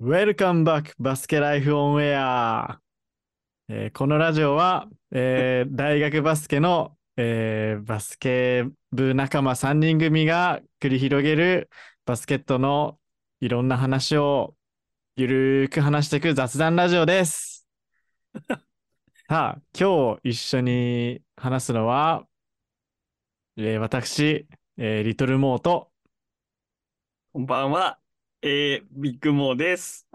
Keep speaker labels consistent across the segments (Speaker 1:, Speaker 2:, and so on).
Speaker 1: Welcome back バスケライフオンエア、えーこのラジオは、えー大学バスケの、えーバスケ部仲間3人組が繰り広げるバスケットのいろんな話をゆるーく話していく雑談ラジオです。さあ、今日一緒に話すのは、えー私、えーリトルモーと、
Speaker 2: こんばんは。えー、ビッグモーです。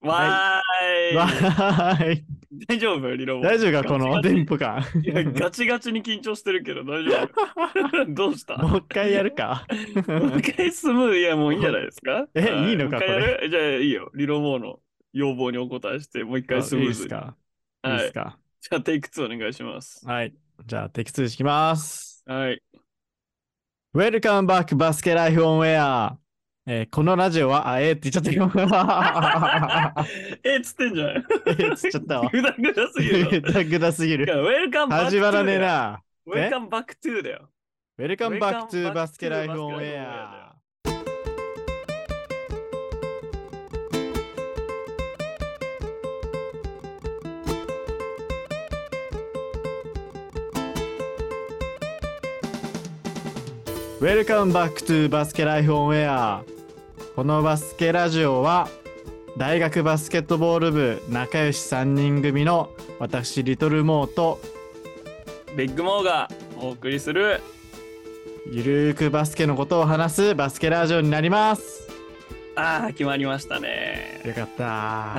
Speaker 2: わー い。
Speaker 1: わーい
Speaker 2: 大丈夫リロモ
Speaker 1: 大丈夫かこの
Speaker 2: 電
Speaker 1: 電波感。
Speaker 2: 波。ガチガチに緊張してるけど大丈夫 どうした
Speaker 1: もう一回やるか。
Speaker 2: もう一回スムーいや、もういいんじゃないですか
Speaker 1: え
Speaker 2: はい
Speaker 1: いのか
Speaker 2: もう一回やるじゃあいいよ。リロモーの要望にお答えして、もう一回スム
Speaker 1: いい
Speaker 2: ー
Speaker 1: で
Speaker 2: ズ
Speaker 1: す
Speaker 2: に。
Speaker 1: か、い、い
Speaker 2: は
Speaker 1: です
Speaker 2: い。
Speaker 1: か
Speaker 2: じゃあ、テイク2お願いします。
Speaker 1: はい。じゃあ、テキストいきます。
Speaker 2: はい。
Speaker 1: Welcome back バスケライフオンエア。えーこのラジオは、あ、えーって言っちゃったよ。
Speaker 2: えー、つってんじゃない
Speaker 1: えーっつっちゃった わ。
Speaker 2: ぐだぐだすぎ
Speaker 1: ぐ
Speaker 2: る
Speaker 1: だぐだすぎる。
Speaker 2: な。ウェルカムバック
Speaker 1: 始まらねえな。
Speaker 2: ウェルカムバックトゥーだよ。
Speaker 1: Welcome back to
Speaker 2: Welcome back to
Speaker 1: バスケライフオンエ
Speaker 2: Basket Life on
Speaker 1: ア
Speaker 2: Air。
Speaker 1: Welcome back to バスケライフオンエア。このバスケラジオは大学バスケットボール部仲良し3人組の私リトルモーと
Speaker 2: ビッグモーがお送りする
Speaker 1: ゆるーくバスケのことを話すバスケラジオになります。
Speaker 2: ああ決まりましたね
Speaker 1: よかった。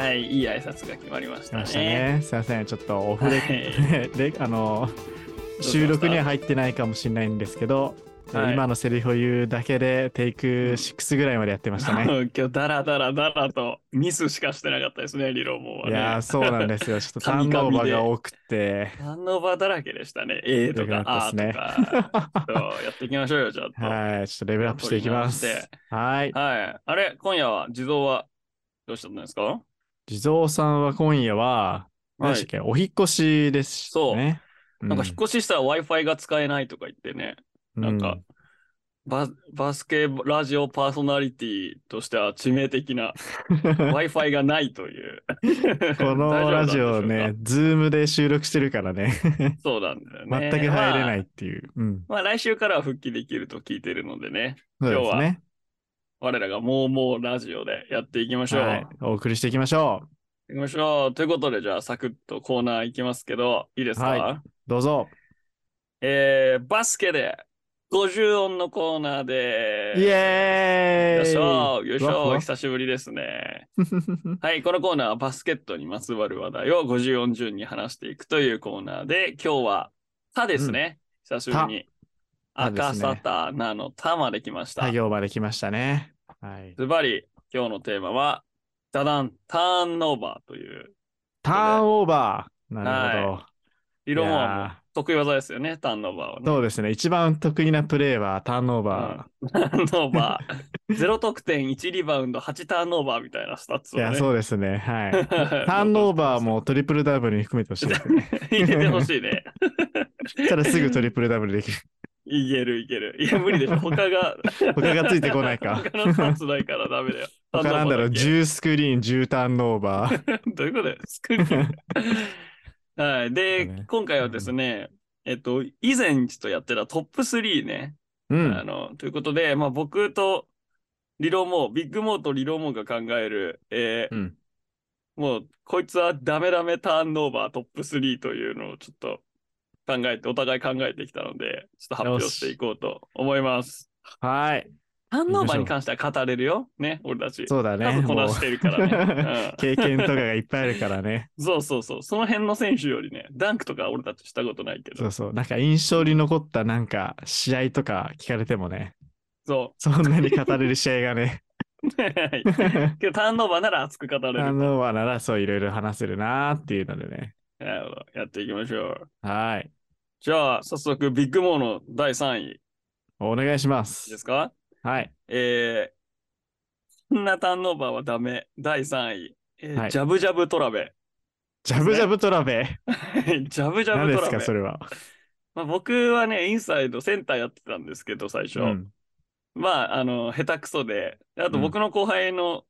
Speaker 2: はいいい挨拶が決まりまし
Speaker 1: 来
Speaker 2: た
Speaker 1: ま
Speaker 2: ね
Speaker 1: したね。すいません、ちょっとオフ
Speaker 2: は
Speaker 1: レ、
Speaker 2: い
Speaker 1: で、あの、
Speaker 2: ました
Speaker 1: 収録には入ってないかもしれないんですけど、
Speaker 2: はい
Speaker 1: 今のセリフを言うだけで、テイク6ぐらいまでやってましたね。
Speaker 2: 今日ダラダラダラとミスしかしてなかったですねリロモンはいね
Speaker 1: やー、そうなんですよ。ちょっとターンオーバーが多くて。
Speaker 2: ターンオーバーだらけでしたね A とか
Speaker 1: よくなっ
Speaker 2: A と
Speaker 1: たっすね
Speaker 2: かそうやっていきましょうよちょっとはい、
Speaker 1: はい、ちょっとレベルアップしていきます
Speaker 2: 取り直し。
Speaker 1: はい。
Speaker 2: あれ今夜は地蔵はどうしたんですか
Speaker 1: 地蔵さんは今夜は、何
Speaker 2: は
Speaker 1: でしたっけ、
Speaker 2: い、
Speaker 1: お引っ越しですね。
Speaker 2: なんか引っ越ししたら Wi-Fi が使えないとか言ってね、
Speaker 1: うん
Speaker 2: なんか、ババスケラジオパーソナリティとしては致命的な Wi-Fi がないという。
Speaker 1: このラジオ
Speaker 2: 大丈夫なん
Speaker 1: ね
Speaker 2: でしょうか。、
Speaker 1: ズームで収録してるからね、
Speaker 2: そうなんだよね。
Speaker 1: 全く入れないっ
Speaker 2: まあ。
Speaker 1: ていう。うん。
Speaker 2: まあ来週からは復帰できると聞いてるのでね、
Speaker 1: そうですね。
Speaker 2: 我らがもうもうラジオでやっていきましょう。
Speaker 1: はい。お送りしていきましょ
Speaker 2: 行きましょう。ということで、じゃあサクッとコーナー行きますけど、いいですか、
Speaker 1: はう。どうぞ。
Speaker 2: えー、バスケで50音のコーナーで
Speaker 1: イエーイ
Speaker 2: よいしょ、よいし
Speaker 1: わっ
Speaker 2: ょ、
Speaker 1: わっ
Speaker 2: 久しぶりで すね。はい、このコーナーはバスケットにまつわる話題を50音順に話していくというコーナーで、今日は、たですね。久しぶり
Speaker 1: た
Speaker 2: に。
Speaker 1: た
Speaker 2: 赤
Speaker 1: ですね
Speaker 2: 沙汰なのたまで来ました
Speaker 1: 作。業まで来ましたね。はい。
Speaker 2: ズバリ、今日のテーマは、ダダン、ターンオーバーという、
Speaker 1: ターンオーバー。なるほど。
Speaker 2: 色
Speaker 1: い
Speaker 2: も
Speaker 1: や
Speaker 2: 得意技ですよね、ターンオーバーは
Speaker 1: ー
Speaker 2: ね。
Speaker 1: そうですね。一番得意なプレーはターンオーバ
Speaker 2: ターンオーバー。0得 点、1リバウンド、8ターンオーバーみたいなスタッツ
Speaker 1: ー。
Speaker 2: を
Speaker 1: い
Speaker 2: ね。
Speaker 1: や、 そうですね。はい。
Speaker 2: タ
Speaker 1: ターンオーバーもトリプルダブルに含めてほしいです ね。
Speaker 2: 入れてほしいね。
Speaker 1: したらすぐトリプルダブルできる。
Speaker 2: いけるいける。いや、無理で しょ。他が。
Speaker 1: 他がついてこないか
Speaker 2: 他の2つないからダメだよ。
Speaker 1: 他なんだろう、10スクリーン、10ターンオーバー。
Speaker 2: どういうことだよ。作る よはい。で、
Speaker 1: だね
Speaker 2: 今回はですね、えっと、以前ちょっとやってたトップ3ね。
Speaker 1: う
Speaker 2: あ
Speaker 1: ん。
Speaker 2: の、ということで、まあ僕とリロモー、ビッグモーとリロモーが考える、えー
Speaker 1: うん
Speaker 2: もう、こいつはダメダメターンオーバートップ3というのをちょっと考えて、お互い考えてきたので、ちょっと発表していこうと思います。
Speaker 1: はい。
Speaker 2: ターンオーバーに関しては語れるよ。ね、俺たち。
Speaker 1: そうだ
Speaker 2: 多
Speaker 1: ね。
Speaker 2: 分こ
Speaker 1: も
Speaker 2: な
Speaker 1: う
Speaker 2: してるから ね。
Speaker 1: 経験とかがいっぱいあるからね。
Speaker 2: うん、そうそうそう。その辺の選手よりね、ダンクとか俺たちしたことないけ
Speaker 1: そ
Speaker 2: ど
Speaker 1: う。そう。なんか印象に残ったなんか試合とか聞かれてもね、
Speaker 2: そ
Speaker 1: そんなに語れる試合がね、
Speaker 2: う。 はいけどターンオーバーなら熱く語れ
Speaker 1: あ
Speaker 2: る。
Speaker 1: のはならそういろいろ話せるなーっていうのでね。
Speaker 2: なるほどやっていきましょう。
Speaker 1: はい。
Speaker 2: じゃあ、早速、ビッグモーの第3位
Speaker 1: お願いしま。
Speaker 2: ですすか
Speaker 1: はい。
Speaker 2: えー、こんなターンオーバーはダメ。第3位。えー
Speaker 1: はい
Speaker 2: ジャブジャブトラベ。
Speaker 1: ジャブジャブトラベ。
Speaker 2: ジャブジャ
Speaker 1: 何
Speaker 2: ブ
Speaker 1: で
Speaker 2: ト
Speaker 1: す
Speaker 2: ラ
Speaker 1: か、そ
Speaker 2: ベ。
Speaker 1: れは。
Speaker 2: まあ、僕はね、インサイド、センターやってたんですけど、最初。
Speaker 1: うん
Speaker 2: まあ、あの、下手くそで、あと
Speaker 1: うん
Speaker 2: 僕の後輩の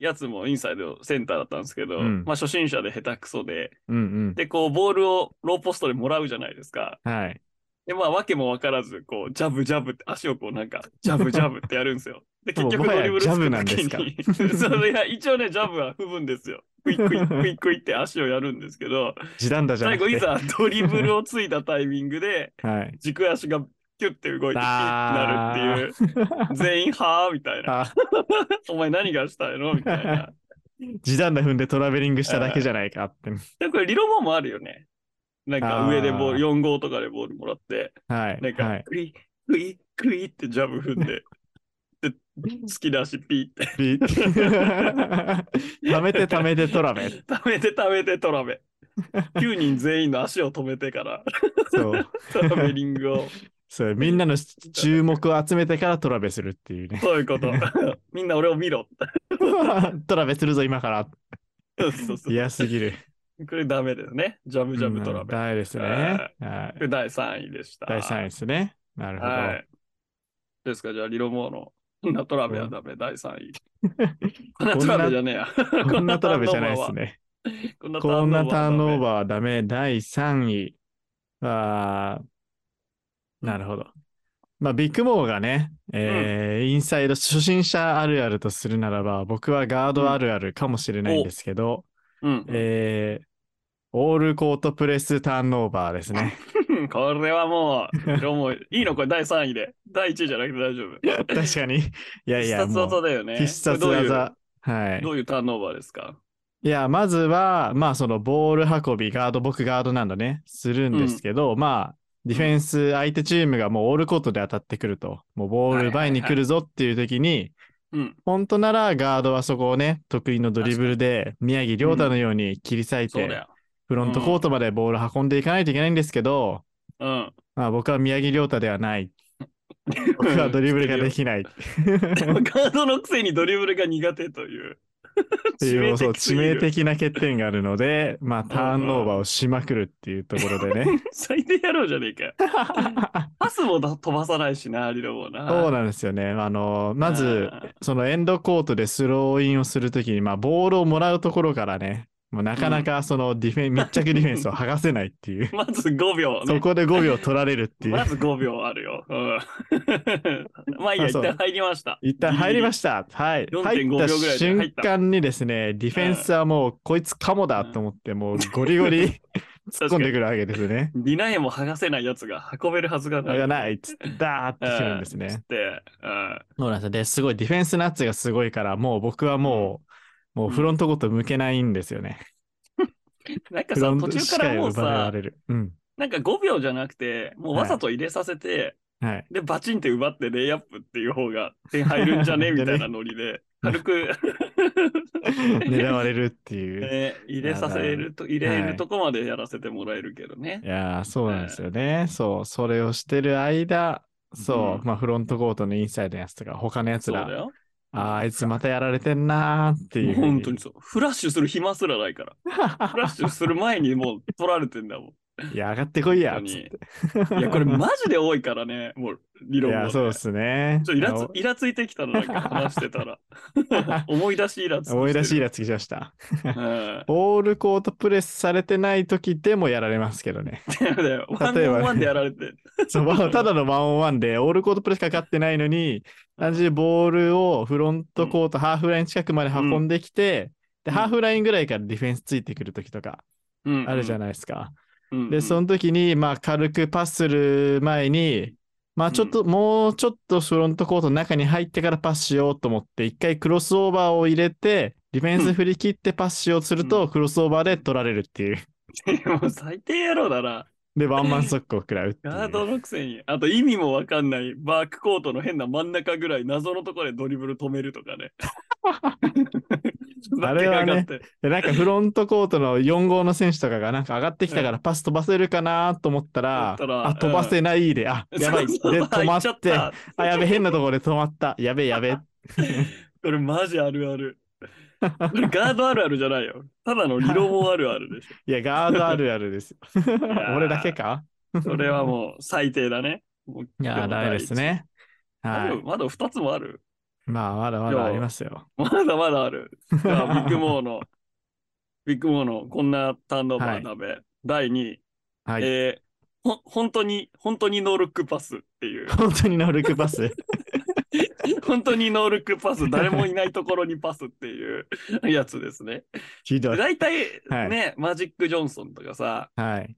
Speaker 2: やつもインサイドセンターだったんですけど、
Speaker 1: うん
Speaker 2: まあ初心者で下手くそで、
Speaker 1: うん
Speaker 2: で、こう、ボールをローポストでもらうじゃないですか。
Speaker 1: うん。はい。
Speaker 2: で、まあ、わけもわからず、こう、ジャブジャブって、足をこう、なんか、ジャブジャブってやるんですよ。で、結局
Speaker 1: もうも
Speaker 2: ド
Speaker 1: は
Speaker 2: リ
Speaker 1: や
Speaker 2: ブルつく時
Speaker 1: ジャブなん
Speaker 2: に
Speaker 1: ですか
Speaker 2: そういや、一応ね、ジャブは不分ですよ。クイックイクイックイって足をやるんですけど、
Speaker 1: 時短 だじゃな
Speaker 2: 最
Speaker 1: く
Speaker 2: 後、い
Speaker 1: て。
Speaker 2: ざドリブルをついたタイミングで、
Speaker 1: はい。
Speaker 2: 軸足がキュッて動いてキュッてなるっていう、全員はぁみたいな。
Speaker 1: あ
Speaker 2: お前何がしたいのみ たいな。
Speaker 1: 時短だ踏んでトラベリングしただけじゃないかって。
Speaker 2: で、これ、リロモンもあるよね。なんか、上でボール、
Speaker 1: あ
Speaker 2: 4号とかでボールもらって、
Speaker 1: はい。
Speaker 2: なんか、
Speaker 1: はい、
Speaker 2: クリクリクリってジャブ踏 んで、で、突き出しピーって。
Speaker 1: び 貯めて貯めてトラベ。
Speaker 2: 溜めて溜めてト ラベ。9人全員の足を止めてから、
Speaker 1: そう。
Speaker 2: トラベリングを。
Speaker 1: そう。みんなの注目を集めてからトラベするっていう ね。
Speaker 2: そうい うこと。みんな俺を見ろ。
Speaker 1: トラベするぞ、今から。
Speaker 2: そうそうそう
Speaker 1: 嫌すぎる。
Speaker 2: これダメですね。ジャブジャブトラ
Speaker 1: うん
Speaker 2: ベ。こ
Speaker 1: ダメですね。
Speaker 2: は
Speaker 1: はい。
Speaker 2: れ第3位でした。
Speaker 1: 第3位ですね。なるほど。
Speaker 2: はい。ですか、じゃあ、リロモーの、 こんなトラベはダメ、第3位。 こんな
Speaker 1: こん
Speaker 2: ト
Speaker 1: な
Speaker 2: ラベじゃねえや。
Speaker 1: こんなトラベじゃないですね。
Speaker 2: こんなターンオーバーは。
Speaker 1: こんなターンオー
Speaker 2: ー
Speaker 1: バーはダメ。第3位。あーなるほど。まあ、ビッグモーがね、えーインサイド初心者あるあるとするならば、僕はガードあるあるかもしれないんですけど、
Speaker 2: うん。
Speaker 1: えーオールコートプレスターンオーバーですね。
Speaker 2: これはもう、いろもいいのこれ第3位で。 第1位じゃなくて大丈夫。い
Speaker 1: 確かに。いやいや、
Speaker 2: 必殺
Speaker 1: も
Speaker 2: 技
Speaker 1: う
Speaker 2: だよね。
Speaker 1: 必殺
Speaker 2: これどういう
Speaker 1: 技。はい
Speaker 2: ど。ういうターンオーバーですか
Speaker 1: いや、まずは、まあ、そのボール運び、ガード、僕ガードなんだね、するんですけど、まあ、ディフェンス、相手チームがもうオールコートで当たってくると、もうボール奪いに来るぞっていう時に、
Speaker 2: うん。
Speaker 1: 本当ならガードはそこをね、得意のドリブルで、宮城亮太のように切り裂い
Speaker 2: そうだ
Speaker 1: て、
Speaker 2: よ。
Speaker 1: フロントコートまでボール運んでいかないといけないんですけど、
Speaker 2: うん。
Speaker 1: まあ、僕は宮城亮太ではない。僕はドリブルができない。
Speaker 2: でもガードのくせにドリブルが苦手という。
Speaker 1: っていう、そう、
Speaker 2: す
Speaker 1: 致
Speaker 2: ぎ
Speaker 1: 命
Speaker 2: る。
Speaker 1: 的な欠点があるので、まあ、ターンオーバーをしまくるっていうところで ね。
Speaker 2: 最低やろうじゃねえかよ。パスもだ飛ばさないしな、リロもな。
Speaker 1: そうなんですよね。あの、まず、
Speaker 2: あー、
Speaker 1: そのエンドコートでスローインをするときに、まあ、ボールをもらうところからね、もうなかなかそのディフ ェン、密着ディフェンスを剥がせないっていう
Speaker 2: まず5秒、ね。
Speaker 1: そこで5秒取られるってい
Speaker 2: ま
Speaker 1: う。
Speaker 2: ず5秒あるよ。うんまあいいや、
Speaker 1: あ
Speaker 2: 一
Speaker 1: そう
Speaker 2: 旦入りました。
Speaker 1: 一旦入りま
Speaker 2: し
Speaker 1: した。はい。入っ
Speaker 2: 4.5
Speaker 1: た
Speaker 2: 秒ぐらいで入
Speaker 1: 瞬
Speaker 2: った
Speaker 1: 間にですね、ディフェンスはもう、こいつカモだと思って、もうゴリゴ リ突っ込んでくるわけですね。
Speaker 2: た。ディナイも剥がせないやつが運べるはずがない。
Speaker 1: がないっつって、ダーって来るん ですね。
Speaker 2: で、うん
Speaker 1: そうなんですよで、すごい、ディフェンスナッツがすごいから、もう僕はもう、もうフロントごと向けないんですよね。
Speaker 2: なんか
Speaker 1: フ
Speaker 2: さ、
Speaker 1: ロン
Speaker 2: 途
Speaker 1: ト
Speaker 2: 中
Speaker 1: 視
Speaker 2: か
Speaker 1: 界
Speaker 2: ら
Speaker 1: を
Speaker 2: もう
Speaker 1: 奪わ
Speaker 2: さ、
Speaker 1: れる。うん。
Speaker 2: なんか5秒じゃなくて、もうわざと入れさせて、
Speaker 1: はい。
Speaker 2: で、バチンって奪ってレイアップっていう方が点入るんじゃねみたいなノ リで、軽く
Speaker 1: 狙われるっていう。
Speaker 2: ね、入れさせると、入れるとこまでやらせてもらえるけどね
Speaker 1: い。やー、そうなんですよね。そう、それをしてる間、そう、
Speaker 2: うん
Speaker 1: まあフロントコートのインサイドのやつとか、他のやつ
Speaker 2: そうだ
Speaker 1: ら、
Speaker 2: よ。
Speaker 1: あーあいつまたやられてんなーってい
Speaker 2: も
Speaker 1: ううふうに。
Speaker 2: 本当にそう。フラッシュする暇すらないから。フラッシュする前にもう取られてんだもん。
Speaker 1: いや、上がって こいや、
Speaker 2: 本
Speaker 1: つ
Speaker 2: 当
Speaker 1: っ
Speaker 2: に
Speaker 1: て。
Speaker 2: いや、これマジで多いからね、もう理
Speaker 1: い
Speaker 2: 論
Speaker 1: や、
Speaker 2: も。
Speaker 1: そうですね。
Speaker 2: ちょっとイラつイラついてきたの、なんか話してた ら。思い出しイラつきてる
Speaker 1: 思い出しイラつきました。
Speaker 2: うん
Speaker 1: オールコートプレスされてない時でもやられますけどね。
Speaker 2: だよワ ン
Speaker 1: 例え
Speaker 2: オ
Speaker 1: ば
Speaker 2: ン
Speaker 1: ね
Speaker 2: ワンでやられて。
Speaker 1: そうまあただのワンオンワンで、オールコートプレスかかってないのに、単純にボールをフロントコート、ハーフライン近くまで運んできて、
Speaker 2: う
Speaker 1: で、
Speaker 2: ん
Speaker 1: ハーフラインぐらいからディフェンスついてくる時とか
Speaker 2: うん
Speaker 1: あるじゃないですか。
Speaker 2: うんうん
Speaker 1: で、その時に、まあ、軽くパスする前に、まあ、ちょっと、もうちょっとフロントコートの中に入ってからパスしようと思って、一回クロスオーバーを入れて、ディフェンス振り切ってパスしようとすると、クロスオーバーで取られるっていう。
Speaker 2: もう最低野郎だな。
Speaker 1: で、ワンマン速攻を食らうってい
Speaker 2: ガー
Speaker 1: う。
Speaker 2: ドのくせに。あと意味もわかんない。バックコートの変な真ん中ぐらい謎のところでドリブル止めると かね。
Speaker 1: あれはね
Speaker 2: ふざけやがって
Speaker 1: で、なんかフロントコートの4号の選手とかがなんか上がってきたからパス飛ばせるかなと思ったら、
Speaker 2: 思ったら
Speaker 1: あ、飛ばせないで、あ、やばい。で、
Speaker 2: そうそう
Speaker 1: 止まっ
Speaker 2: 行ちゃ
Speaker 1: て、
Speaker 2: た
Speaker 1: あ、やべ、変なところで止まった。やべ、や べ。
Speaker 2: これマジあるある。これガードあるあるじゃないよ。ただの理論もあるあるでし
Speaker 1: いや、ガードあるあるですよ。
Speaker 2: ー
Speaker 1: 俺だけか
Speaker 2: ょ。それはもう最低だね。もう
Speaker 1: いやー、ダメです。ね。
Speaker 2: でも第
Speaker 1: は
Speaker 2: 一まだまだ2つもある。
Speaker 1: まあ、まだまだありますよ。
Speaker 2: まだまだ ある。じゃあ、ビッグモーの、ビッグモーのこんなターンオーバー鍋、第2位、
Speaker 1: はい。
Speaker 2: えーほ、本当に、本当にノールックパスっていう、
Speaker 1: 本当にノールックパス。
Speaker 2: 本当にノールックパス、誰もいないところにパスっていうやつですね。
Speaker 1: ひどい。
Speaker 2: 大体
Speaker 1: はい
Speaker 2: ね、マジック・ジョンソンとかさ、
Speaker 1: はい。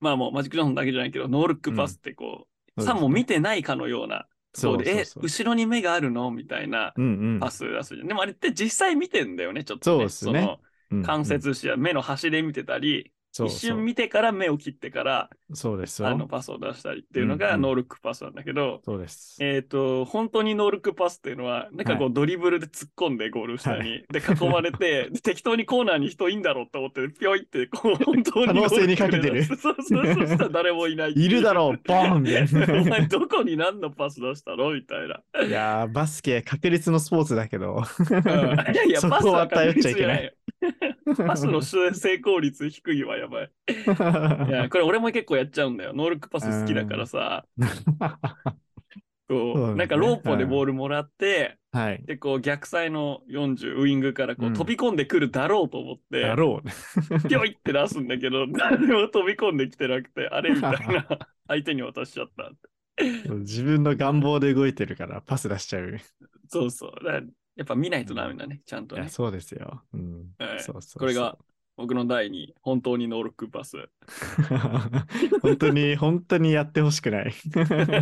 Speaker 2: まあもうマジック・ジョンソンだけじゃないけど、ノールックパスってこ
Speaker 1: そ
Speaker 2: う、
Speaker 1: う
Speaker 2: さ
Speaker 1: です
Speaker 2: も見てないかのような、そうで、
Speaker 1: そ
Speaker 2: え、
Speaker 1: うそうそう
Speaker 2: 後ろに目があるのみたいな
Speaker 1: うん
Speaker 2: パス出すじゃん。でもあれって実際見てんだよね、ちょっと、ね。
Speaker 1: そうですね
Speaker 2: の
Speaker 1: うん。
Speaker 2: 関節視や目の端で見てたり、
Speaker 1: そう
Speaker 2: 一
Speaker 1: そう
Speaker 2: 瞬見てから目を切ってから、
Speaker 1: そうです
Speaker 2: あの
Speaker 1: よ。
Speaker 2: パスを出したりっていうのが
Speaker 1: うんうん
Speaker 2: ノールックパスなんだけど、
Speaker 1: そうです。
Speaker 2: えっ、と、本当にノールックパスっていうのは、なんかこうドリブルで突っ込んでゴール下に、
Speaker 1: は
Speaker 2: で囲ま れて、で適当にコーナーに人いんだろうと思って、ぴょいってこう、本当に
Speaker 1: 可能性にかけてる
Speaker 2: そうそうそう、そした ら誰もいない。
Speaker 1: いるだ
Speaker 2: ろ
Speaker 1: ろう、ボーンみた
Speaker 2: お
Speaker 1: い
Speaker 2: 前どこに何のパス出したのみたい な。
Speaker 1: な。いやー、バスケ、確率のスポーツだけど。
Speaker 2: うんいやいや、
Speaker 1: そ
Speaker 2: パス
Speaker 1: こは
Speaker 2: は
Speaker 1: 頼
Speaker 2: 確
Speaker 1: っちゃい
Speaker 2: 率じ
Speaker 1: け
Speaker 2: ゃ
Speaker 1: な
Speaker 2: ない
Speaker 1: い。
Speaker 2: よ。パスの成功率低いは やばい。いや、これ俺も結構やっちゃうんだよ。ノールックパス好きだからさ、こ
Speaker 1: そうだ
Speaker 2: う、
Speaker 1: ね
Speaker 2: なんかローポでボールもらって、
Speaker 1: はい。
Speaker 2: で、こう逆サイの40ウイングからこ
Speaker 1: う
Speaker 2: うん飛び込んでくるだろうと思って
Speaker 1: だ、ろう。
Speaker 2: ぴょいって出すんだけど、 誰も飛び込んできてなく て、あれみたいな、相手に渡しちゃった。
Speaker 1: 自分の願望で動いてるから、パス出しちゃう。
Speaker 2: そうそう。だからやっぱ見ないとダメだね、ちゃんと
Speaker 1: いや、
Speaker 2: ね。
Speaker 1: そうですよ。うん。
Speaker 2: はい
Speaker 1: そうそうそう
Speaker 2: これが。僕の第2位、本当にノールックパス。
Speaker 1: 本当に、本当にやってほしくない。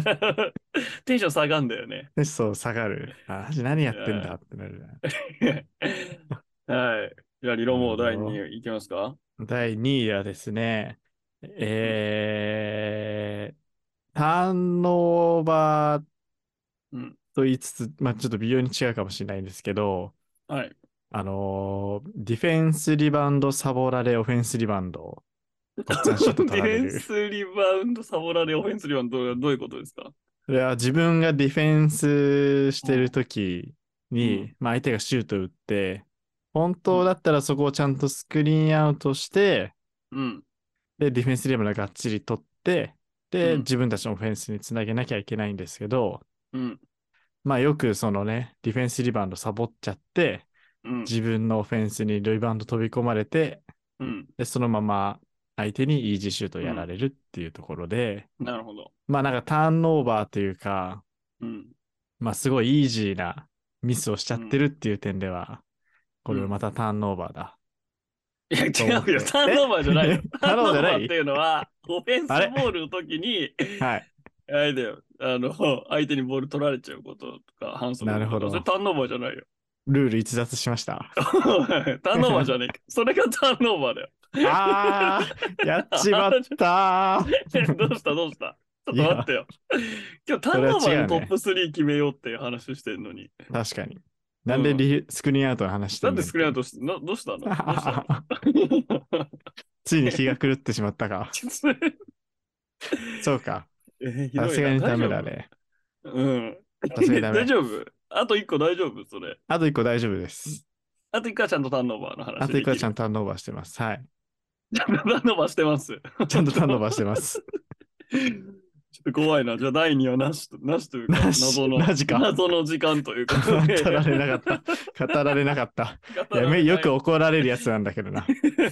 Speaker 2: テンション下がんだよね。
Speaker 1: そう、下がる。あ、何やってんだってなるな。
Speaker 2: はい。じゃあ、リロモー第2位いきますか
Speaker 1: 第2位はですね、えー、ターンオーバー
Speaker 2: うん。
Speaker 1: と言いつつ、まあちょっと微妙に違うかもしれないんですけど、
Speaker 2: はい。
Speaker 1: あのーディフェンスリバウンドサボられ、オフェンスリバウンド。
Speaker 2: デ
Speaker 1: こっちはちょっと
Speaker 2: ィ
Speaker 1: 取ら
Speaker 2: フ
Speaker 1: れ
Speaker 2: ェン
Speaker 1: る。
Speaker 2: スリバウンドサボられ、オフェンスリバウンドどういうことですか
Speaker 1: いや、自分がディフェンスしてるときに、
Speaker 2: うん
Speaker 1: まあ相手がシュート打って、本当だったらそこをちゃんとスクリーンアウトして、
Speaker 2: うん。
Speaker 1: で、ディフェンスレベルがっちり取って、で、
Speaker 2: うん
Speaker 1: 自分たちのオフェンスにつなげなきゃいけないんですけど、
Speaker 2: うん。
Speaker 1: まあよくそのね、ディフェンスリバウンドサボっちゃって、
Speaker 2: うん。
Speaker 1: 自分のオフェンスにリバウンド飛び込まれて、
Speaker 2: うん。
Speaker 1: で、そのまま相手にイージーシュートをやられるっていうところで、
Speaker 2: なるほど。
Speaker 1: まあなんかターンオーバーというか、
Speaker 2: うん。
Speaker 1: まあすごいイージーなミスをしちゃってるっていう点では、これをまたターンオーバーだ。
Speaker 2: いや、違うよ。
Speaker 1: そうですね
Speaker 2: ターンオーバーじゃないよ
Speaker 1: 。ターンオーバーじゃない
Speaker 2: タっていうのは、オフェンスボ
Speaker 1: あれ
Speaker 2: ールの時に、
Speaker 1: はい。
Speaker 2: あれだよ。あの、相手にボール取られちゃうこととか、反則のこと
Speaker 1: なるほど
Speaker 2: それターンオーバーじゃないよ。
Speaker 1: ルール逸脱しま した。
Speaker 2: ターンオーバーじゃねえ か。それがターンオーバーだよ。
Speaker 1: あー、やっちまったー。
Speaker 2: どうしたどうしたちょっと待ってよ。今日ターンオーバーのトップ3決めようっていう話してんのに。
Speaker 1: 確かに。なんでリ、スクリーンアウトの話して
Speaker 2: なんん
Speaker 1: の
Speaker 2: でスクリーンアウトしてなど うしたのどうしたの
Speaker 1: ついに気が狂ってしまった か。
Speaker 2: ちょっと
Speaker 1: そうか。
Speaker 2: えーひどいな
Speaker 1: さすがにダメだね。
Speaker 2: 大丈夫うん。
Speaker 1: さすがにダメ
Speaker 2: 大丈夫あと1個大丈夫それ。
Speaker 1: あと一個大丈夫です。
Speaker 2: あと1個はちゃんとターンオーバーの話
Speaker 1: あと一個はち ゃ
Speaker 2: ん
Speaker 1: んとターンオーバーしてます。 はい。
Speaker 2: と。ターンオーバーしてます。
Speaker 1: ちゃんとターンオーバーしてます。
Speaker 2: ちょっと怖いな。じゃあ第2はなしと、なしというか、
Speaker 1: なし
Speaker 2: 謎の、
Speaker 1: なしか
Speaker 2: 謎の時間というか。
Speaker 1: 語られなか った。語られなかった。いやめよく怒られるやつなんだけどな。
Speaker 2: い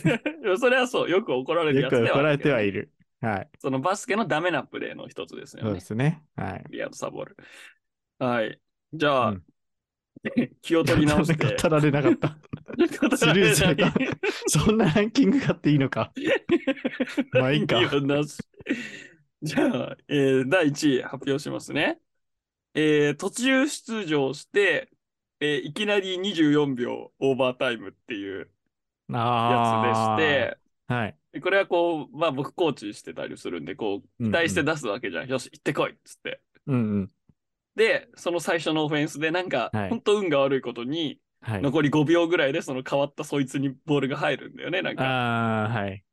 Speaker 2: やそれはそう、よく怒られる
Speaker 1: よ
Speaker 2: やつ
Speaker 1: く
Speaker 2: ではあるけど
Speaker 1: 怒られてはいる。はい。
Speaker 2: そのバスケのダメなプレーの一つですよ
Speaker 1: そう
Speaker 2: ね
Speaker 1: で。すね。はい。
Speaker 2: リアドサボル。はい。じゃあ、
Speaker 1: うん
Speaker 2: 気を取 り直して。
Speaker 1: 語られなか った。スルーされたそんなランキングがあっていいのか。まあいいか
Speaker 2: 理由なしじゃあ、えー第1位発表しますね。えー途中出場して、えーいきなり24秒オーバータイムっていうや
Speaker 1: あ
Speaker 2: つ
Speaker 1: あ。
Speaker 2: でして、
Speaker 1: はい。
Speaker 2: でこれはこう、まあ僕コーチしてたりするんで、こう、期待して出すわけじゃん。よし、行ってこいっつって。
Speaker 1: うんうん。
Speaker 2: で、その最初のオフェンスで、なんか、
Speaker 1: はい
Speaker 2: 本当運が悪いことに、
Speaker 1: はい。
Speaker 2: 残り5秒ぐらいでその変わったそいつにボールが入るんだよね、なんか。
Speaker 1: ああ、はい。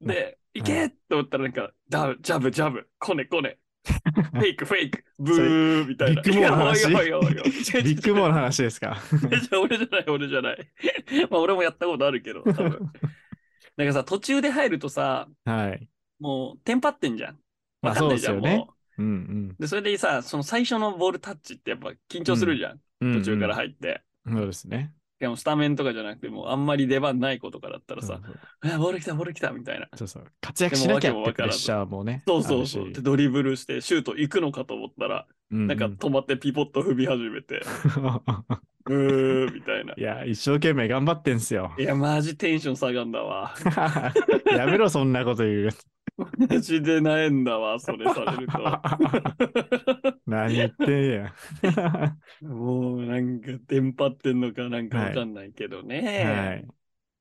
Speaker 2: で、いけって思ったらなんか、ダブ、ジャブ、ジャブ、こね こね、フェイク、フェイク、ブーみたいな。
Speaker 1: ビッグモーの話
Speaker 2: いやおいおいおいおい
Speaker 1: ビッグモーの話ですか。
Speaker 2: じゃ俺じゃない、俺じゃない。まあ俺もやったことあるけど、多 分。なんかさ、途中で入るとさ、
Speaker 1: はい。
Speaker 2: もうテンパってんじゃん。
Speaker 1: まあ
Speaker 2: わかんないじゃん、
Speaker 1: そうですよね
Speaker 2: もう。
Speaker 1: うんうん。
Speaker 2: で、それでさ、その最初のボールタッチってやっぱ緊張するじゃん。
Speaker 1: 途
Speaker 2: 途中から入って。
Speaker 1: そうですね。
Speaker 2: しかもスタメンとかじゃなくて、もうあんまり出番ない子とかだったら
Speaker 1: そ
Speaker 2: さ
Speaker 1: う、そう
Speaker 2: えボール来た、ボール来た、みたいな。
Speaker 1: そうそう活躍しなきゃ
Speaker 2: で
Speaker 1: っ
Speaker 2: もわ
Speaker 1: てプ
Speaker 2: けもわから
Speaker 1: レ
Speaker 2: ず
Speaker 1: ッシャーもね。
Speaker 2: そうそうそ
Speaker 1: あ
Speaker 2: う。
Speaker 1: る
Speaker 2: で
Speaker 1: し
Speaker 2: ドリブルして、シュート行くのかと思ったら、
Speaker 1: うん
Speaker 2: なんか止まってピポッと踏み始めて、
Speaker 1: うん
Speaker 2: うーみたいな。
Speaker 1: いや、一生懸命頑張ってんすよ。
Speaker 2: いや、マジテンション下がんだわ。
Speaker 1: やめろ、そんなこと言う。
Speaker 2: マジで悩んだわ、それされると。
Speaker 1: 何言ってんや。は
Speaker 2: もうなんか電波ってんのかなんかわかんないけどね。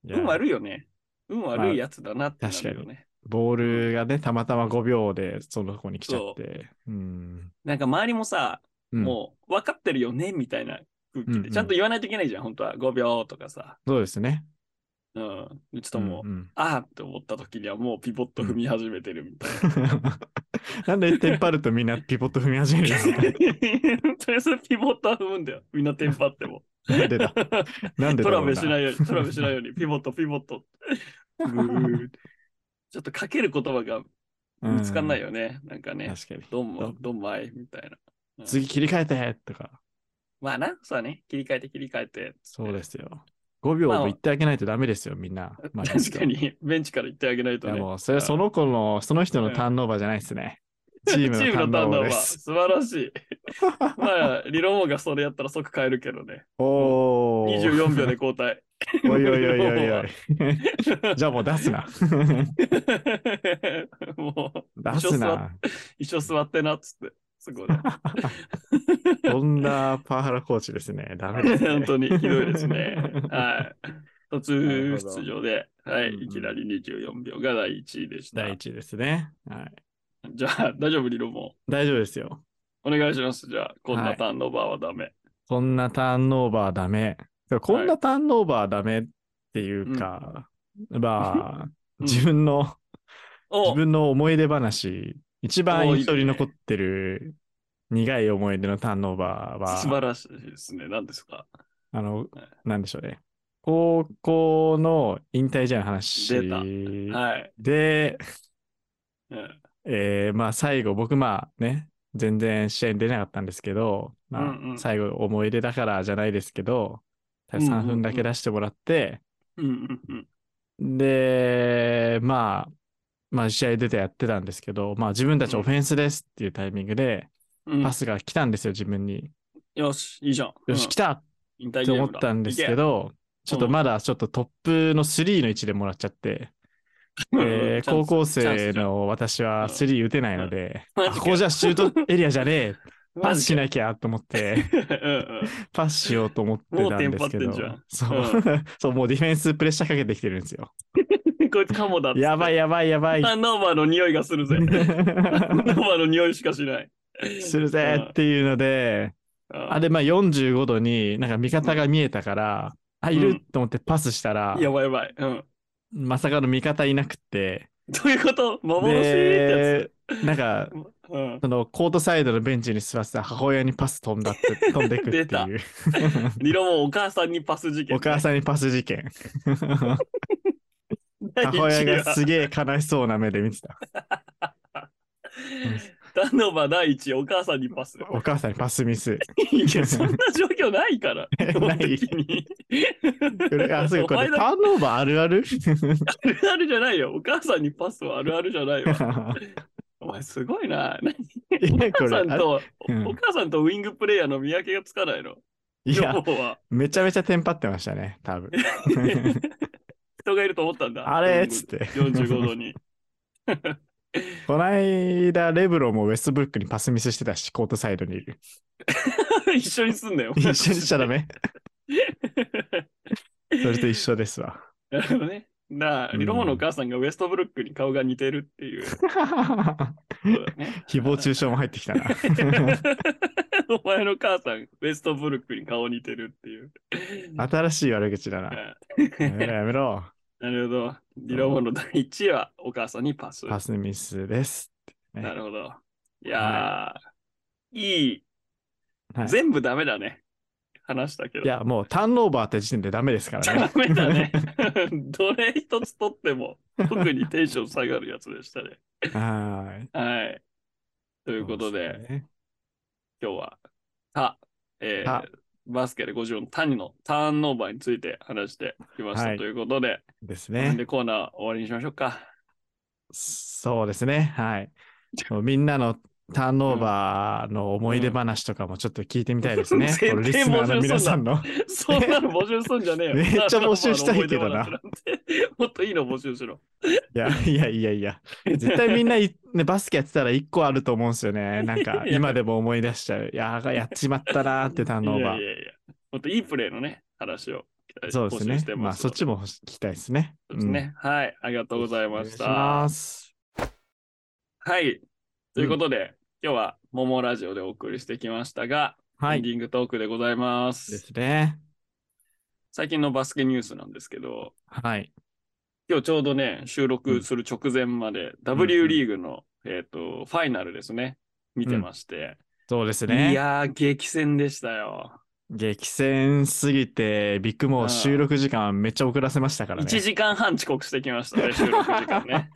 Speaker 1: い。いや
Speaker 2: 運悪いよね。運悪いやつだなってなる
Speaker 1: ま
Speaker 2: よ
Speaker 1: あ確
Speaker 2: ね。
Speaker 1: ボールがね、たまたま5秒でその子に来ちゃって。うん。
Speaker 2: なんか周りもさ、
Speaker 1: うん
Speaker 2: もう分かってるよねみたいな空気
Speaker 1: うんう
Speaker 2: で、
Speaker 1: ん
Speaker 2: ちゃんと言わないといけないじゃん、本当は。5秒とかさ。
Speaker 1: そうですね。
Speaker 2: うん。うちょっともう、
Speaker 1: うん うん
Speaker 2: ああって思った時にはもうピポッと踏み始めてるみたいな。
Speaker 1: なんでテンパるとみんなピボット踏み始めるんですか
Speaker 2: とりあえずピポッとは踏むんだよ。みんなテンパっても。
Speaker 1: なんでだなんでだ
Speaker 2: ト
Speaker 1: ろ
Speaker 2: ラ
Speaker 1: う
Speaker 2: ベしないいように、トラベしないように、ピボット、ピボット。うーちょっとかける言葉が見つかんない
Speaker 1: よ、
Speaker 2: よね。なんかね、
Speaker 1: 確かに。
Speaker 2: どん
Speaker 1: ど
Speaker 2: も
Speaker 1: ん、
Speaker 2: どんまい、みたいな。うん
Speaker 1: 次切り替えてとか。
Speaker 2: まあな、そうだね。切り替えて、切り替えて。
Speaker 1: そうですよ。5秒
Speaker 2: まあ
Speaker 1: も言ってあげないとダメですよ、みん な。まあ
Speaker 2: 確か。に、ベンチから言ってあげない
Speaker 1: い
Speaker 2: と
Speaker 1: や
Speaker 2: ね。
Speaker 1: もう、それはその子の、その人のターンオーバーじゃないです ね。チーム
Speaker 2: チー
Speaker 1: のターンオー
Speaker 2: ムのターンダ
Speaker 1: バ
Speaker 2: ー
Speaker 1: ー
Speaker 2: は
Speaker 1: です。
Speaker 2: 素晴らし い。まあ、理論王がそれやったら即変えるけどね。
Speaker 1: おお。
Speaker 2: 24秒で交 代。
Speaker 1: おいおいおいおい
Speaker 2: も
Speaker 1: おい。じゃあもう出すな。
Speaker 2: う もう、
Speaker 1: 出すな。
Speaker 2: 一生座ってなっつって。すごい、ね。
Speaker 1: そんなパワハラコーチですね。ダメです、ね。
Speaker 2: 本当にひどいで すね。はい。途中出場で、は
Speaker 1: う
Speaker 2: い、
Speaker 1: んうん
Speaker 2: いきなり24秒が第1位でした。
Speaker 1: 第一位ですね。はい。
Speaker 2: じゃあ、大丈夫、リロも。
Speaker 1: 大丈夫ですよ。
Speaker 2: お願いします。じゃあ、こん
Speaker 1: は
Speaker 2: ないターンオーバーはダメ。
Speaker 1: こんなターンオーバーダメ。こんなターンオーバーダメっていうか、まあ、
Speaker 2: うん
Speaker 1: 自分の、
Speaker 2: お
Speaker 1: 自分の思い出話、一番
Speaker 2: お
Speaker 1: 印象に残ってる苦い思い出のターンオーバー
Speaker 2: 素
Speaker 1: は、
Speaker 2: 晴らしいですね。何ですか
Speaker 1: あの、なんでしょうね。高校の引退試合の
Speaker 2: 出た
Speaker 1: 話
Speaker 2: はい。
Speaker 1: で、
Speaker 2: うん
Speaker 1: えーまあ最後僕まあね、全然試合に出なかったんですけど、まあ
Speaker 2: うんうん
Speaker 1: 最後思い出だからじゃないですけど、
Speaker 2: うんうんうん
Speaker 1: 3分だけ出してもらって、
Speaker 2: うんうんうん。
Speaker 1: で、まあ、まあ試合出てやってたんですけど、まあ自分たちオフェンスですっていうタイミングで、
Speaker 2: うん
Speaker 1: パスが来たんですよ、自分に。
Speaker 2: よし、いいじゃん。
Speaker 1: よし、来たっ
Speaker 2: うん、引退
Speaker 1: て
Speaker 2: ゲー
Speaker 1: 思っ
Speaker 2: ムだ
Speaker 1: たんですけ、ど、ちょっとまだちょっとトップの3の位置でもらっちゃって、
Speaker 2: いけ
Speaker 1: えー
Speaker 2: チャン
Speaker 1: 高
Speaker 2: ス
Speaker 1: 校
Speaker 2: チャンス
Speaker 1: 生
Speaker 2: じゃん
Speaker 1: の私は3打てないので、
Speaker 2: うん
Speaker 1: あここじゃシュートエリアじゃねえ、パスしなきゃと思 って、
Speaker 2: マジでうんうん
Speaker 1: パスしようと思ってたんですけ
Speaker 2: も
Speaker 1: ど
Speaker 2: うテンパってん、
Speaker 1: そう、 そう、もうディフェンスプレッシャーかけてきてるんですよ。
Speaker 2: こいつカモだっつって
Speaker 1: やばいやばいや ばい。
Speaker 2: ターンオーバーの匂いがする ぜ。ターンオーバーの匂いしかしない。
Speaker 1: するぜっていうので、あ
Speaker 2: あ
Speaker 1: れまあ45度になんか味方が見えたから、あ、い
Speaker 2: うん
Speaker 1: ると思ってパスしたら、
Speaker 2: やばいやばい。うん。
Speaker 1: まさかの味方いなくって、
Speaker 2: どういうこと幻ってや
Speaker 1: で、なんか
Speaker 2: つ。、うん。
Speaker 1: そのコートサイドのベンチに座ってた母親にパス飛んだっ て、飛んでくってい
Speaker 2: 出た
Speaker 1: う、
Speaker 2: リロもお母さんにパス事件。
Speaker 1: お母
Speaker 2: ん。
Speaker 1: さんにパス事 件。母
Speaker 2: 母
Speaker 1: 親
Speaker 2: 親
Speaker 1: が
Speaker 2: が
Speaker 1: すげえ悲しそうな目で見てた。
Speaker 2: ターンオーバー第一位、お母さんにパス。
Speaker 1: お母さんにパスミス。
Speaker 2: いや、 そんな状況ないから。
Speaker 1: ない
Speaker 2: 基本的に。
Speaker 1: あ、そうか、こ
Speaker 2: お前
Speaker 1: れター
Speaker 2: のあ
Speaker 1: ンオーバーある ある
Speaker 2: るあるじゃないよ。お母さんにパスはあるあるじゃないわ。お前すごいな。何
Speaker 1: いや、こ
Speaker 2: お母
Speaker 1: れ
Speaker 2: さん、と、
Speaker 1: あれうん
Speaker 2: お母さんとウィングプレイヤーの見分けがつかないの。
Speaker 1: いや
Speaker 2: 要、は
Speaker 1: めちゃめちゃテンパってましたね、多 分。
Speaker 2: 人がいると思ったんだ。
Speaker 1: あれっつって
Speaker 2: 45度に。
Speaker 1: こないだ、レブロンもウェストブルックにパスミスしてたし、コートサイドにいる。
Speaker 2: 一緒にすんなよ。
Speaker 1: 一緒にしちゃダメ。それと一
Speaker 2: 緒。
Speaker 1: 緒です わ。
Speaker 2: なるほどね。なあ、
Speaker 1: うん
Speaker 2: リロモのお母さんがウエストブルックに顔が似てるっていう。そうだね
Speaker 1: 誹謗中傷も入ってきたな。
Speaker 2: お前の母さん、ウエストブルックに顔似てるっていう。
Speaker 1: 新しい悪口だな。やめろやめろ。
Speaker 2: なるほど。リロモの第一位はお母さんにパス。
Speaker 1: パスミスです。ね
Speaker 2: なるほど。いやー、いい。
Speaker 1: はい
Speaker 2: 全部ダメだね。話したけど。
Speaker 1: いや、もうターンオーバーって時点でダメですからね
Speaker 2: ダ。メ だね。どれ一つとっても、特にテンション下がるやつでしたね。
Speaker 1: はい。
Speaker 2: はい。と
Speaker 1: と
Speaker 2: いうことで、今日は、さ、えー
Speaker 1: さ
Speaker 2: バスケで50の谷のターンオーバーについて話してきました、
Speaker 1: はい
Speaker 2: ということで、
Speaker 1: です
Speaker 2: この
Speaker 1: ね
Speaker 2: 辺で。コーナー終わりにしましょ うか。
Speaker 1: そうですね。はい。もうみんなのターンオーバーの思い出話とかもちょっと聞いてみたいです ね。
Speaker 2: うん
Speaker 1: このリスナーの皆さんの。
Speaker 2: そんなの募集すんじゃねえよ。
Speaker 1: めっちゃ募集したいけどな
Speaker 2: ターンオーバーの思い出話なんて。もっといいの募集しろ。
Speaker 1: いやいやいやいや。絶対みんない、ね、バスケやってたら1個あると思うんです よね。なんか今でも思い出しちゃう。いやー、やっちまったなーってターンオーバー。
Speaker 2: いやいやいや。もっといいプレーのね、話を期待
Speaker 1: そうです
Speaker 2: 募集
Speaker 1: ね
Speaker 2: して。
Speaker 1: まあ
Speaker 2: ます
Speaker 1: そっちも聞きたいですね。
Speaker 2: そうですね、はい。ありがとう
Speaker 1: うん。
Speaker 2: ございまし
Speaker 1: お願い
Speaker 2: た。
Speaker 1: ます
Speaker 2: はい。ということで、今日は桃ラジオでお送りしてきましたが、
Speaker 1: は
Speaker 2: エン
Speaker 1: い。
Speaker 2: ディングトークでございま。
Speaker 1: ですすね。
Speaker 2: 最近のバスケニュースなんですけど、
Speaker 1: はい。
Speaker 2: 今日ちょうどね、収録する直前まで、W リーグの、えっ、と、ファイナルですね、見てまして。
Speaker 1: そうです
Speaker 2: い
Speaker 1: ね。
Speaker 2: やー、激戦でしたよ。
Speaker 1: 激戦すぎて、ビッグモ
Speaker 2: うん
Speaker 1: ー収録時間めっちゃ遅らせましたからね。
Speaker 2: 1時間半遅刻してきました ね、収録時間ね。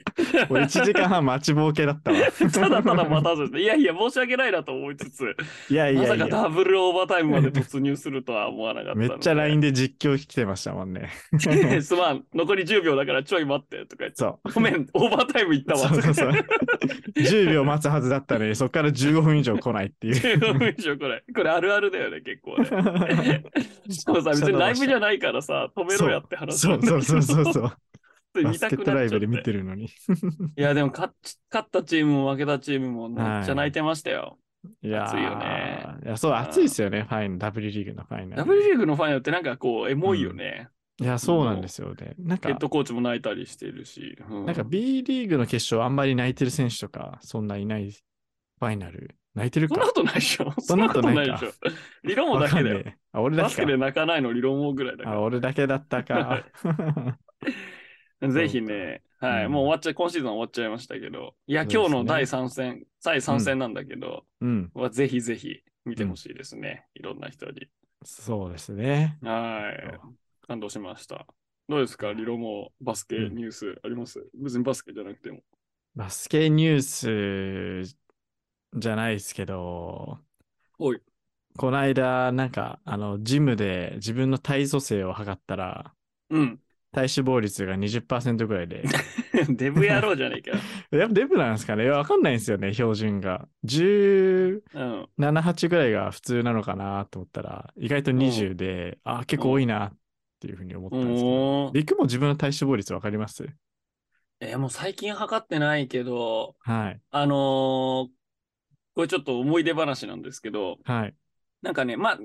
Speaker 1: 俺1時間半待ちぼうけだったわ。
Speaker 2: ただただ待たずして、いやいや、申し訳ないなと思いつつ、
Speaker 1: いやい
Speaker 2: ま
Speaker 1: や
Speaker 2: さ
Speaker 1: い
Speaker 2: か
Speaker 1: や。
Speaker 2: ダブルオーバータイムまで突入するとは思わなかったの
Speaker 1: め
Speaker 2: で。
Speaker 1: っちゃ LINE で実況来てましたもんね。
Speaker 2: すまん、残り10秒だからちょい待ってとか言って、
Speaker 1: そ
Speaker 2: ごめん、オーバータイム行った
Speaker 1: う。
Speaker 2: わ。
Speaker 1: そうそうそ う。10秒待つはずだったのに、そこから15分以上来ないっていう。
Speaker 2: 15分以上これ。これあるあるだよね、結構ね。しかもさ、 別にライブじゃないからさ、止めろやって話
Speaker 1: そうそうそう そうそう。バ
Speaker 2: 見
Speaker 1: ス
Speaker 2: た
Speaker 1: ケ
Speaker 2: く
Speaker 1: ット
Speaker 2: なっちゃ
Speaker 1: ラ
Speaker 2: っ
Speaker 1: イ
Speaker 2: て
Speaker 1: ブで見てるのに。
Speaker 2: いや、でも勝っ勝ったチームも負けたチームもめっちゃ泣いてましたよ。
Speaker 1: いやー
Speaker 2: 熱いよね。
Speaker 1: いや、そう、熱いですよね、ファイナル、W リーグのファイナル。
Speaker 2: W リーグのファイナルってなんかこう、エモいよね。
Speaker 1: いや、そうなんですよね。なんか
Speaker 2: ヘッ、ドコーチも泣いたりしてるし。う
Speaker 1: なんか B リーグの決勝あんまり泣いてる選手とか、そんないない、ファイナル、泣いてる
Speaker 2: そん
Speaker 1: か
Speaker 2: なことないでしょ。
Speaker 1: そんなことない
Speaker 2: そん
Speaker 1: か
Speaker 2: なことないでしょ。理論も
Speaker 1: わ
Speaker 2: だ
Speaker 1: か
Speaker 2: け
Speaker 1: ん
Speaker 2: だ
Speaker 1: ね
Speaker 2: よ。
Speaker 1: えあ、俺だ
Speaker 2: バ
Speaker 1: け
Speaker 2: ス
Speaker 1: か
Speaker 2: ケ。で泣かないの理論もぐらいだか
Speaker 1: あ、俺だけだった か。
Speaker 2: ら。ぜひね、はい、
Speaker 1: うん
Speaker 2: もう終わっちゃい、今シーズン終わっちゃいましたけど、いや、
Speaker 1: そうですね
Speaker 2: 今日の第3戦、第3戦なんだけど、
Speaker 1: うん、
Speaker 2: はぜひぜひ見てほしいですね。いろんな人に。
Speaker 1: そうですね。
Speaker 2: はい。感動しました。どうですかリロもバスケ
Speaker 1: うん
Speaker 2: ニュースあります、別にバスケじゃなくても。
Speaker 1: バスケニュースじゃないですけど、
Speaker 2: おい。
Speaker 1: この間、なんか、あの、ジムで自分の体組成を測ったら、
Speaker 2: うん。
Speaker 1: 体脂肪率が20%ぐらいで、
Speaker 2: デブ野郎じゃねえかよ。
Speaker 1: やっぱデブなんですかねいやわかんないんですよね、標準が。17、
Speaker 2: うん。
Speaker 1: 8ぐらいが普通なのかなと思ったら、意外と20で、あ、結構多いなっていうふうに思ったんですけど。
Speaker 2: おー
Speaker 1: リクも自分の体脂肪率わかります
Speaker 2: えーもう最近測ってないけど、
Speaker 1: はい。
Speaker 2: あのーこれちょっと思い出話なんですけど、
Speaker 1: はい。
Speaker 2: なんかね、まあ、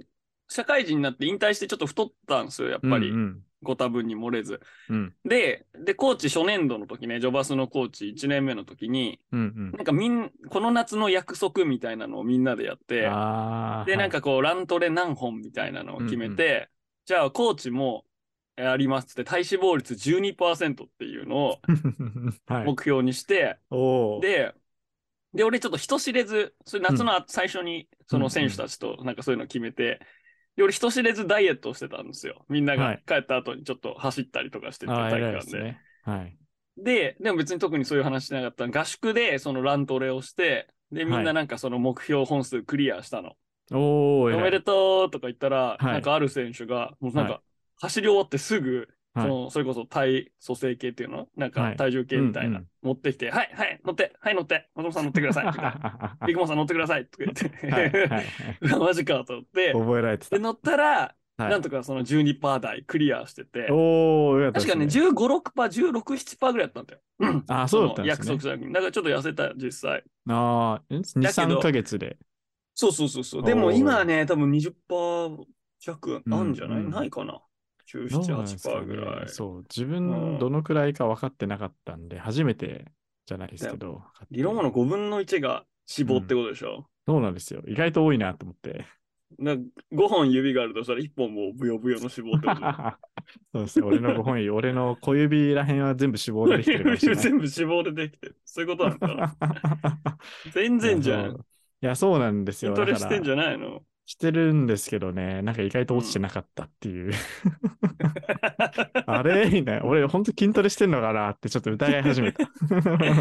Speaker 2: 社会人になって引退してちょっと太ったんですよ、やっぱり。
Speaker 1: うんうん
Speaker 2: ご多分に漏れず。
Speaker 1: うん
Speaker 2: で、で、コーチ初年度の時ね、ジョバスのコーチ1年目の時に、
Speaker 1: うん
Speaker 2: なんかみん、この夏の約束みたいなのをみんなでやっ
Speaker 1: うん。
Speaker 2: て、
Speaker 1: ああ。
Speaker 2: で、なん
Speaker 1: か、
Speaker 2: かこう、ラントレ何本みたいなのを決めて、じゃあ、コーチもえーありますって、体脂肪率12%っていうのを
Speaker 1: はい。
Speaker 2: 目標にして、
Speaker 1: おー、
Speaker 2: で、で、俺ちょっと人知れず、それ夏のあ最初に、その選手たちとなんかそういうの決めて、で、俺人知れずダイエットをしてたんですよ。みんな
Speaker 1: は
Speaker 2: が
Speaker 1: い
Speaker 2: 帰った後にちょっと走ったりとかしてて、
Speaker 1: ああ、
Speaker 2: 体
Speaker 1: 偉いで
Speaker 2: 育館
Speaker 1: す
Speaker 2: で。
Speaker 1: ね。はい。
Speaker 2: で、でも別に特にそういう話しなかった合宿でそのラントレをして、で、みんななんかその目標本数クリアしたの。
Speaker 1: おお、
Speaker 2: おめで
Speaker 1: と
Speaker 2: とうとか言ったら、
Speaker 1: い
Speaker 2: なんかある選手が、もうなん
Speaker 1: は
Speaker 2: か、走り終わってすぐ、
Speaker 1: はい
Speaker 2: そのそれこそ体組成計っていうのなんか
Speaker 1: はい
Speaker 2: 体重計みたいな、
Speaker 1: うんうん
Speaker 2: 持ってきて、はい、はい、乗って、はい、乗って、松本さん乗ってください、とか、
Speaker 1: は
Speaker 2: ビクモさん乗ってください、とか言
Speaker 1: いはい
Speaker 2: って、
Speaker 1: はい。
Speaker 2: うわマジかと思って、
Speaker 1: 覚えられてた
Speaker 2: で、。乗ったら、
Speaker 1: はい
Speaker 2: なんとかその12%台クリアしてて、
Speaker 1: おお、よかった
Speaker 2: 確
Speaker 1: で
Speaker 2: か
Speaker 1: す
Speaker 2: ね、
Speaker 1: ね。
Speaker 2: 15、6%、16、7%ぐらいだったんだよ。うん
Speaker 1: あそうだったんですね
Speaker 2: その約束した時にだからちょっと痩せた、実際。
Speaker 1: ああ、ん2、
Speaker 2: だけど
Speaker 1: 3ヶ月で。
Speaker 2: そうそうそうそう。
Speaker 1: おー
Speaker 2: でも今はね、多分20%弱あんじゃない、
Speaker 1: うんうん
Speaker 2: ないかな ?17、
Speaker 1: どうなんですか
Speaker 2: 8%
Speaker 1: ね
Speaker 2: ぐらい。
Speaker 1: そう、自
Speaker 2: うん
Speaker 1: 分どのくらいか分かってなかったんで、初めてじゃないですけど。分かって
Speaker 2: リロモの5分の1が脂肪ってことでしょ、
Speaker 1: そうなんですよ。意外と多いなと思って。
Speaker 2: な ?5 本指があるとしたら1本もうブヨブヨの脂肪ってことでしょ
Speaker 1: そうですよ。俺の5本指、俺の小指らへんは全部脂肪 でできてるかもしれない。
Speaker 2: 全部脂肪でできてる。そういうことなんだ な。全然じゃ
Speaker 1: いや
Speaker 2: ん
Speaker 1: そ。ういや、そうなんです
Speaker 2: 筋
Speaker 1: よ。
Speaker 2: ト
Speaker 1: だ
Speaker 2: レ
Speaker 1: か
Speaker 2: し
Speaker 1: ら
Speaker 2: てんじゃな いの
Speaker 1: してるんですけどね、なんか意外と落ちてなかったって いう。あれみたいな。俺、ほんと筋トレしてんのかなってちょっと疑い始 めた。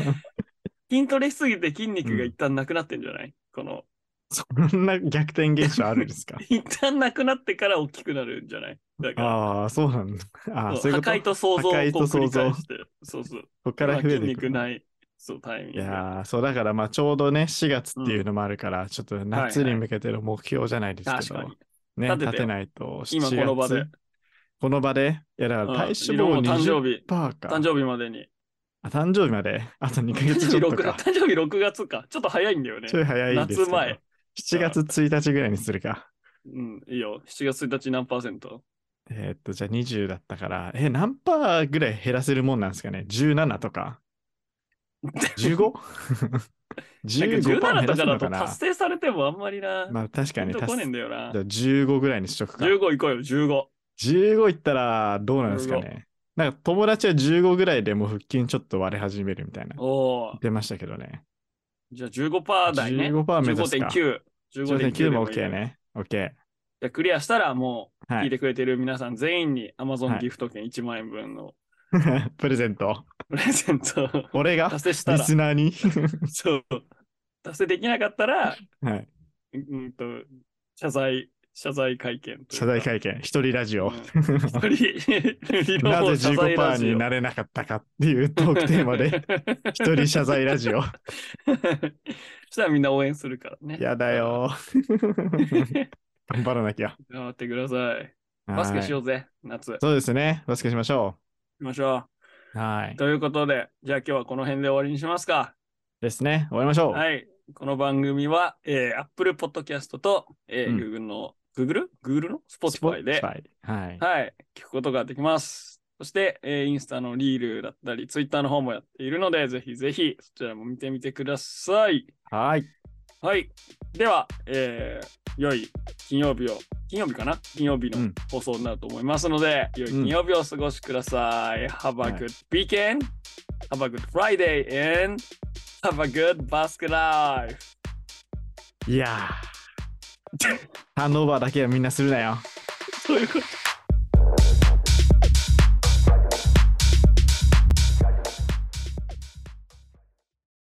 Speaker 2: 筋トレしすぎて筋肉が一旦なくなってんじゃない、この
Speaker 1: そんな逆転現象あるん ですか
Speaker 2: 一旦なくなってから大きくなるんじゃないだから
Speaker 1: ああ、そうなんだ。ああ、
Speaker 2: そ
Speaker 1: そうういうこと。
Speaker 2: 破壊
Speaker 1: こと
Speaker 2: 想像
Speaker 1: 破
Speaker 2: をこう
Speaker 1: 壊と
Speaker 2: 繰
Speaker 1: 想
Speaker 2: り
Speaker 1: 像
Speaker 2: 返して。そうそう。
Speaker 1: こから増えて
Speaker 2: 筋
Speaker 1: いく
Speaker 2: 肉
Speaker 1: の。
Speaker 2: ない。そう、タイミング。
Speaker 1: いやーそうだからまあちょうどね4月っていうのもあるから、ちょっと夏に向けての目標じゃないですけ
Speaker 2: 確
Speaker 1: ど、
Speaker 2: かに。
Speaker 1: ね
Speaker 2: 立ててよ
Speaker 1: 立てないと
Speaker 2: 今この場で
Speaker 1: 7月この場でいやだから体脂
Speaker 2: うんリ
Speaker 1: 肪
Speaker 2: ロも誕
Speaker 1: 20%
Speaker 2: 生日、
Speaker 1: パーか
Speaker 2: 誕生日までに。
Speaker 1: あ誕生日まで あと2ヶ
Speaker 2: 誕
Speaker 1: 月ち
Speaker 2: 生
Speaker 1: ょ
Speaker 2: 日
Speaker 1: っと
Speaker 2: 6
Speaker 1: か
Speaker 2: 月、誕生日6月か。ちょっと早いんだよね
Speaker 1: ち。ょい早いですけど
Speaker 2: 夏前
Speaker 1: 7月1日ぐらいにするか
Speaker 2: うん、いいよ。7月1日何パーセント
Speaker 1: えーっとじゃあ20だったからえ何パーぐらい減らせるもんなんですかね17とか 15?15%
Speaker 2: なんか
Speaker 1: 減らせるの
Speaker 2: 17とかだ
Speaker 1: か
Speaker 2: と
Speaker 1: な
Speaker 2: 達成されてもあんまりな。
Speaker 1: まあ確か
Speaker 2: ピン
Speaker 1: に
Speaker 2: と
Speaker 1: 達
Speaker 2: こねえ
Speaker 1: 成
Speaker 2: んだよな
Speaker 1: じゃ。あ15ぐらいにしとくか。
Speaker 2: 15いこうよ、15。
Speaker 1: 15いったらどうなんですかね。なんか友達は15ぐらいでもう腹筋ちょっと割れ始めるみたいな。
Speaker 2: おお。
Speaker 1: 出ましたけどね。
Speaker 2: じゃあ15%台ね。
Speaker 1: 15%目指すか
Speaker 2: 15.9。
Speaker 1: 15.9
Speaker 2: 15.9
Speaker 1: も
Speaker 2: いい
Speaker 1: OK ね。OK。
Speaker 2: じゃあクリアしたらもう
Speaker 1: は
Speaker 2: 聞い
Speaker 1: い。
Speaker 2: てくれてる皆さん全員に
Speaker 1: は
Speaker 2: Amazon
Speaker 1: い
Speaker 2: ギフト券1万円分の
Speaker 1: プレゼント。
Speaker 2: プレゼントを
Speaker 1: 俺が
Speaker 2: 達成した
Speaker 1: リ
Speaker 2: ら、
Speaker 1: スナーに。
Speaker 2: そう。達成できなかったら、
Speaker 1: はい。
Speaker 2: うんうんと、謝罪、謝罪会見というか。
Speaker 1: 謝罪会見。一人ラジオ。
Speaker 2: うん一人、理論
Speaker 1: な
Speaker 2: を
Speaker 1: ぜ
Speaker 2: 謝罪ラ
Speaker 1: 15%
Speaker 2: ジオ
Speaker 1: になれなかったかっていうトークテーマで。一人謝罪ラジ オ。
Speaker 2: したらみんな応援するからね。
Speaker 1: やだよ。 頑張らなきゃ。
Speaker 2: 頑張ってください。バスケしよ
Speaker 1: う。
Speaker 2: うぜ、夏。行
Speaker 1: そうですね。バスケしましょ
Speaker 2: きましょ。。
Speaker 1: う。はいう
Speaker 2: ということで、じゃあ今日はこの辺で終わりにしますか。
Speaker 1: ですね。終わりましょう。
Speaker 2: はい。この番組は、えー、Apple Podcast と、えー
Speaker 1: うん
Speaker 2: Google の、Google? Google の Spotify で、
Speaker 1: Spotify はい。
Speaker 2: はい、聞くことができます。そして、えーインスタのリールだったり、ツイッターの方もやっているので、ぜひぜひそちらも見てみてください。
Speaker 1: はい。
Speaker 2: はい。では、えー良い金曜日を、金曜日かな金曜日
Speaker 1: う
Speaker 2: の
Speaker 1: ん
Speaker 2: 放送になると思いますので、良い金曜日をお過ごしください。Have
Speaker 1: は
Speaker 2: a
Speaker 1: い
Speaker 2: good weekend, have a good Friday, and have a good basket life.
Speaker 1: いやー。ターンオーバーだけはみんなするなよ。
Speaker 2: そういうこと。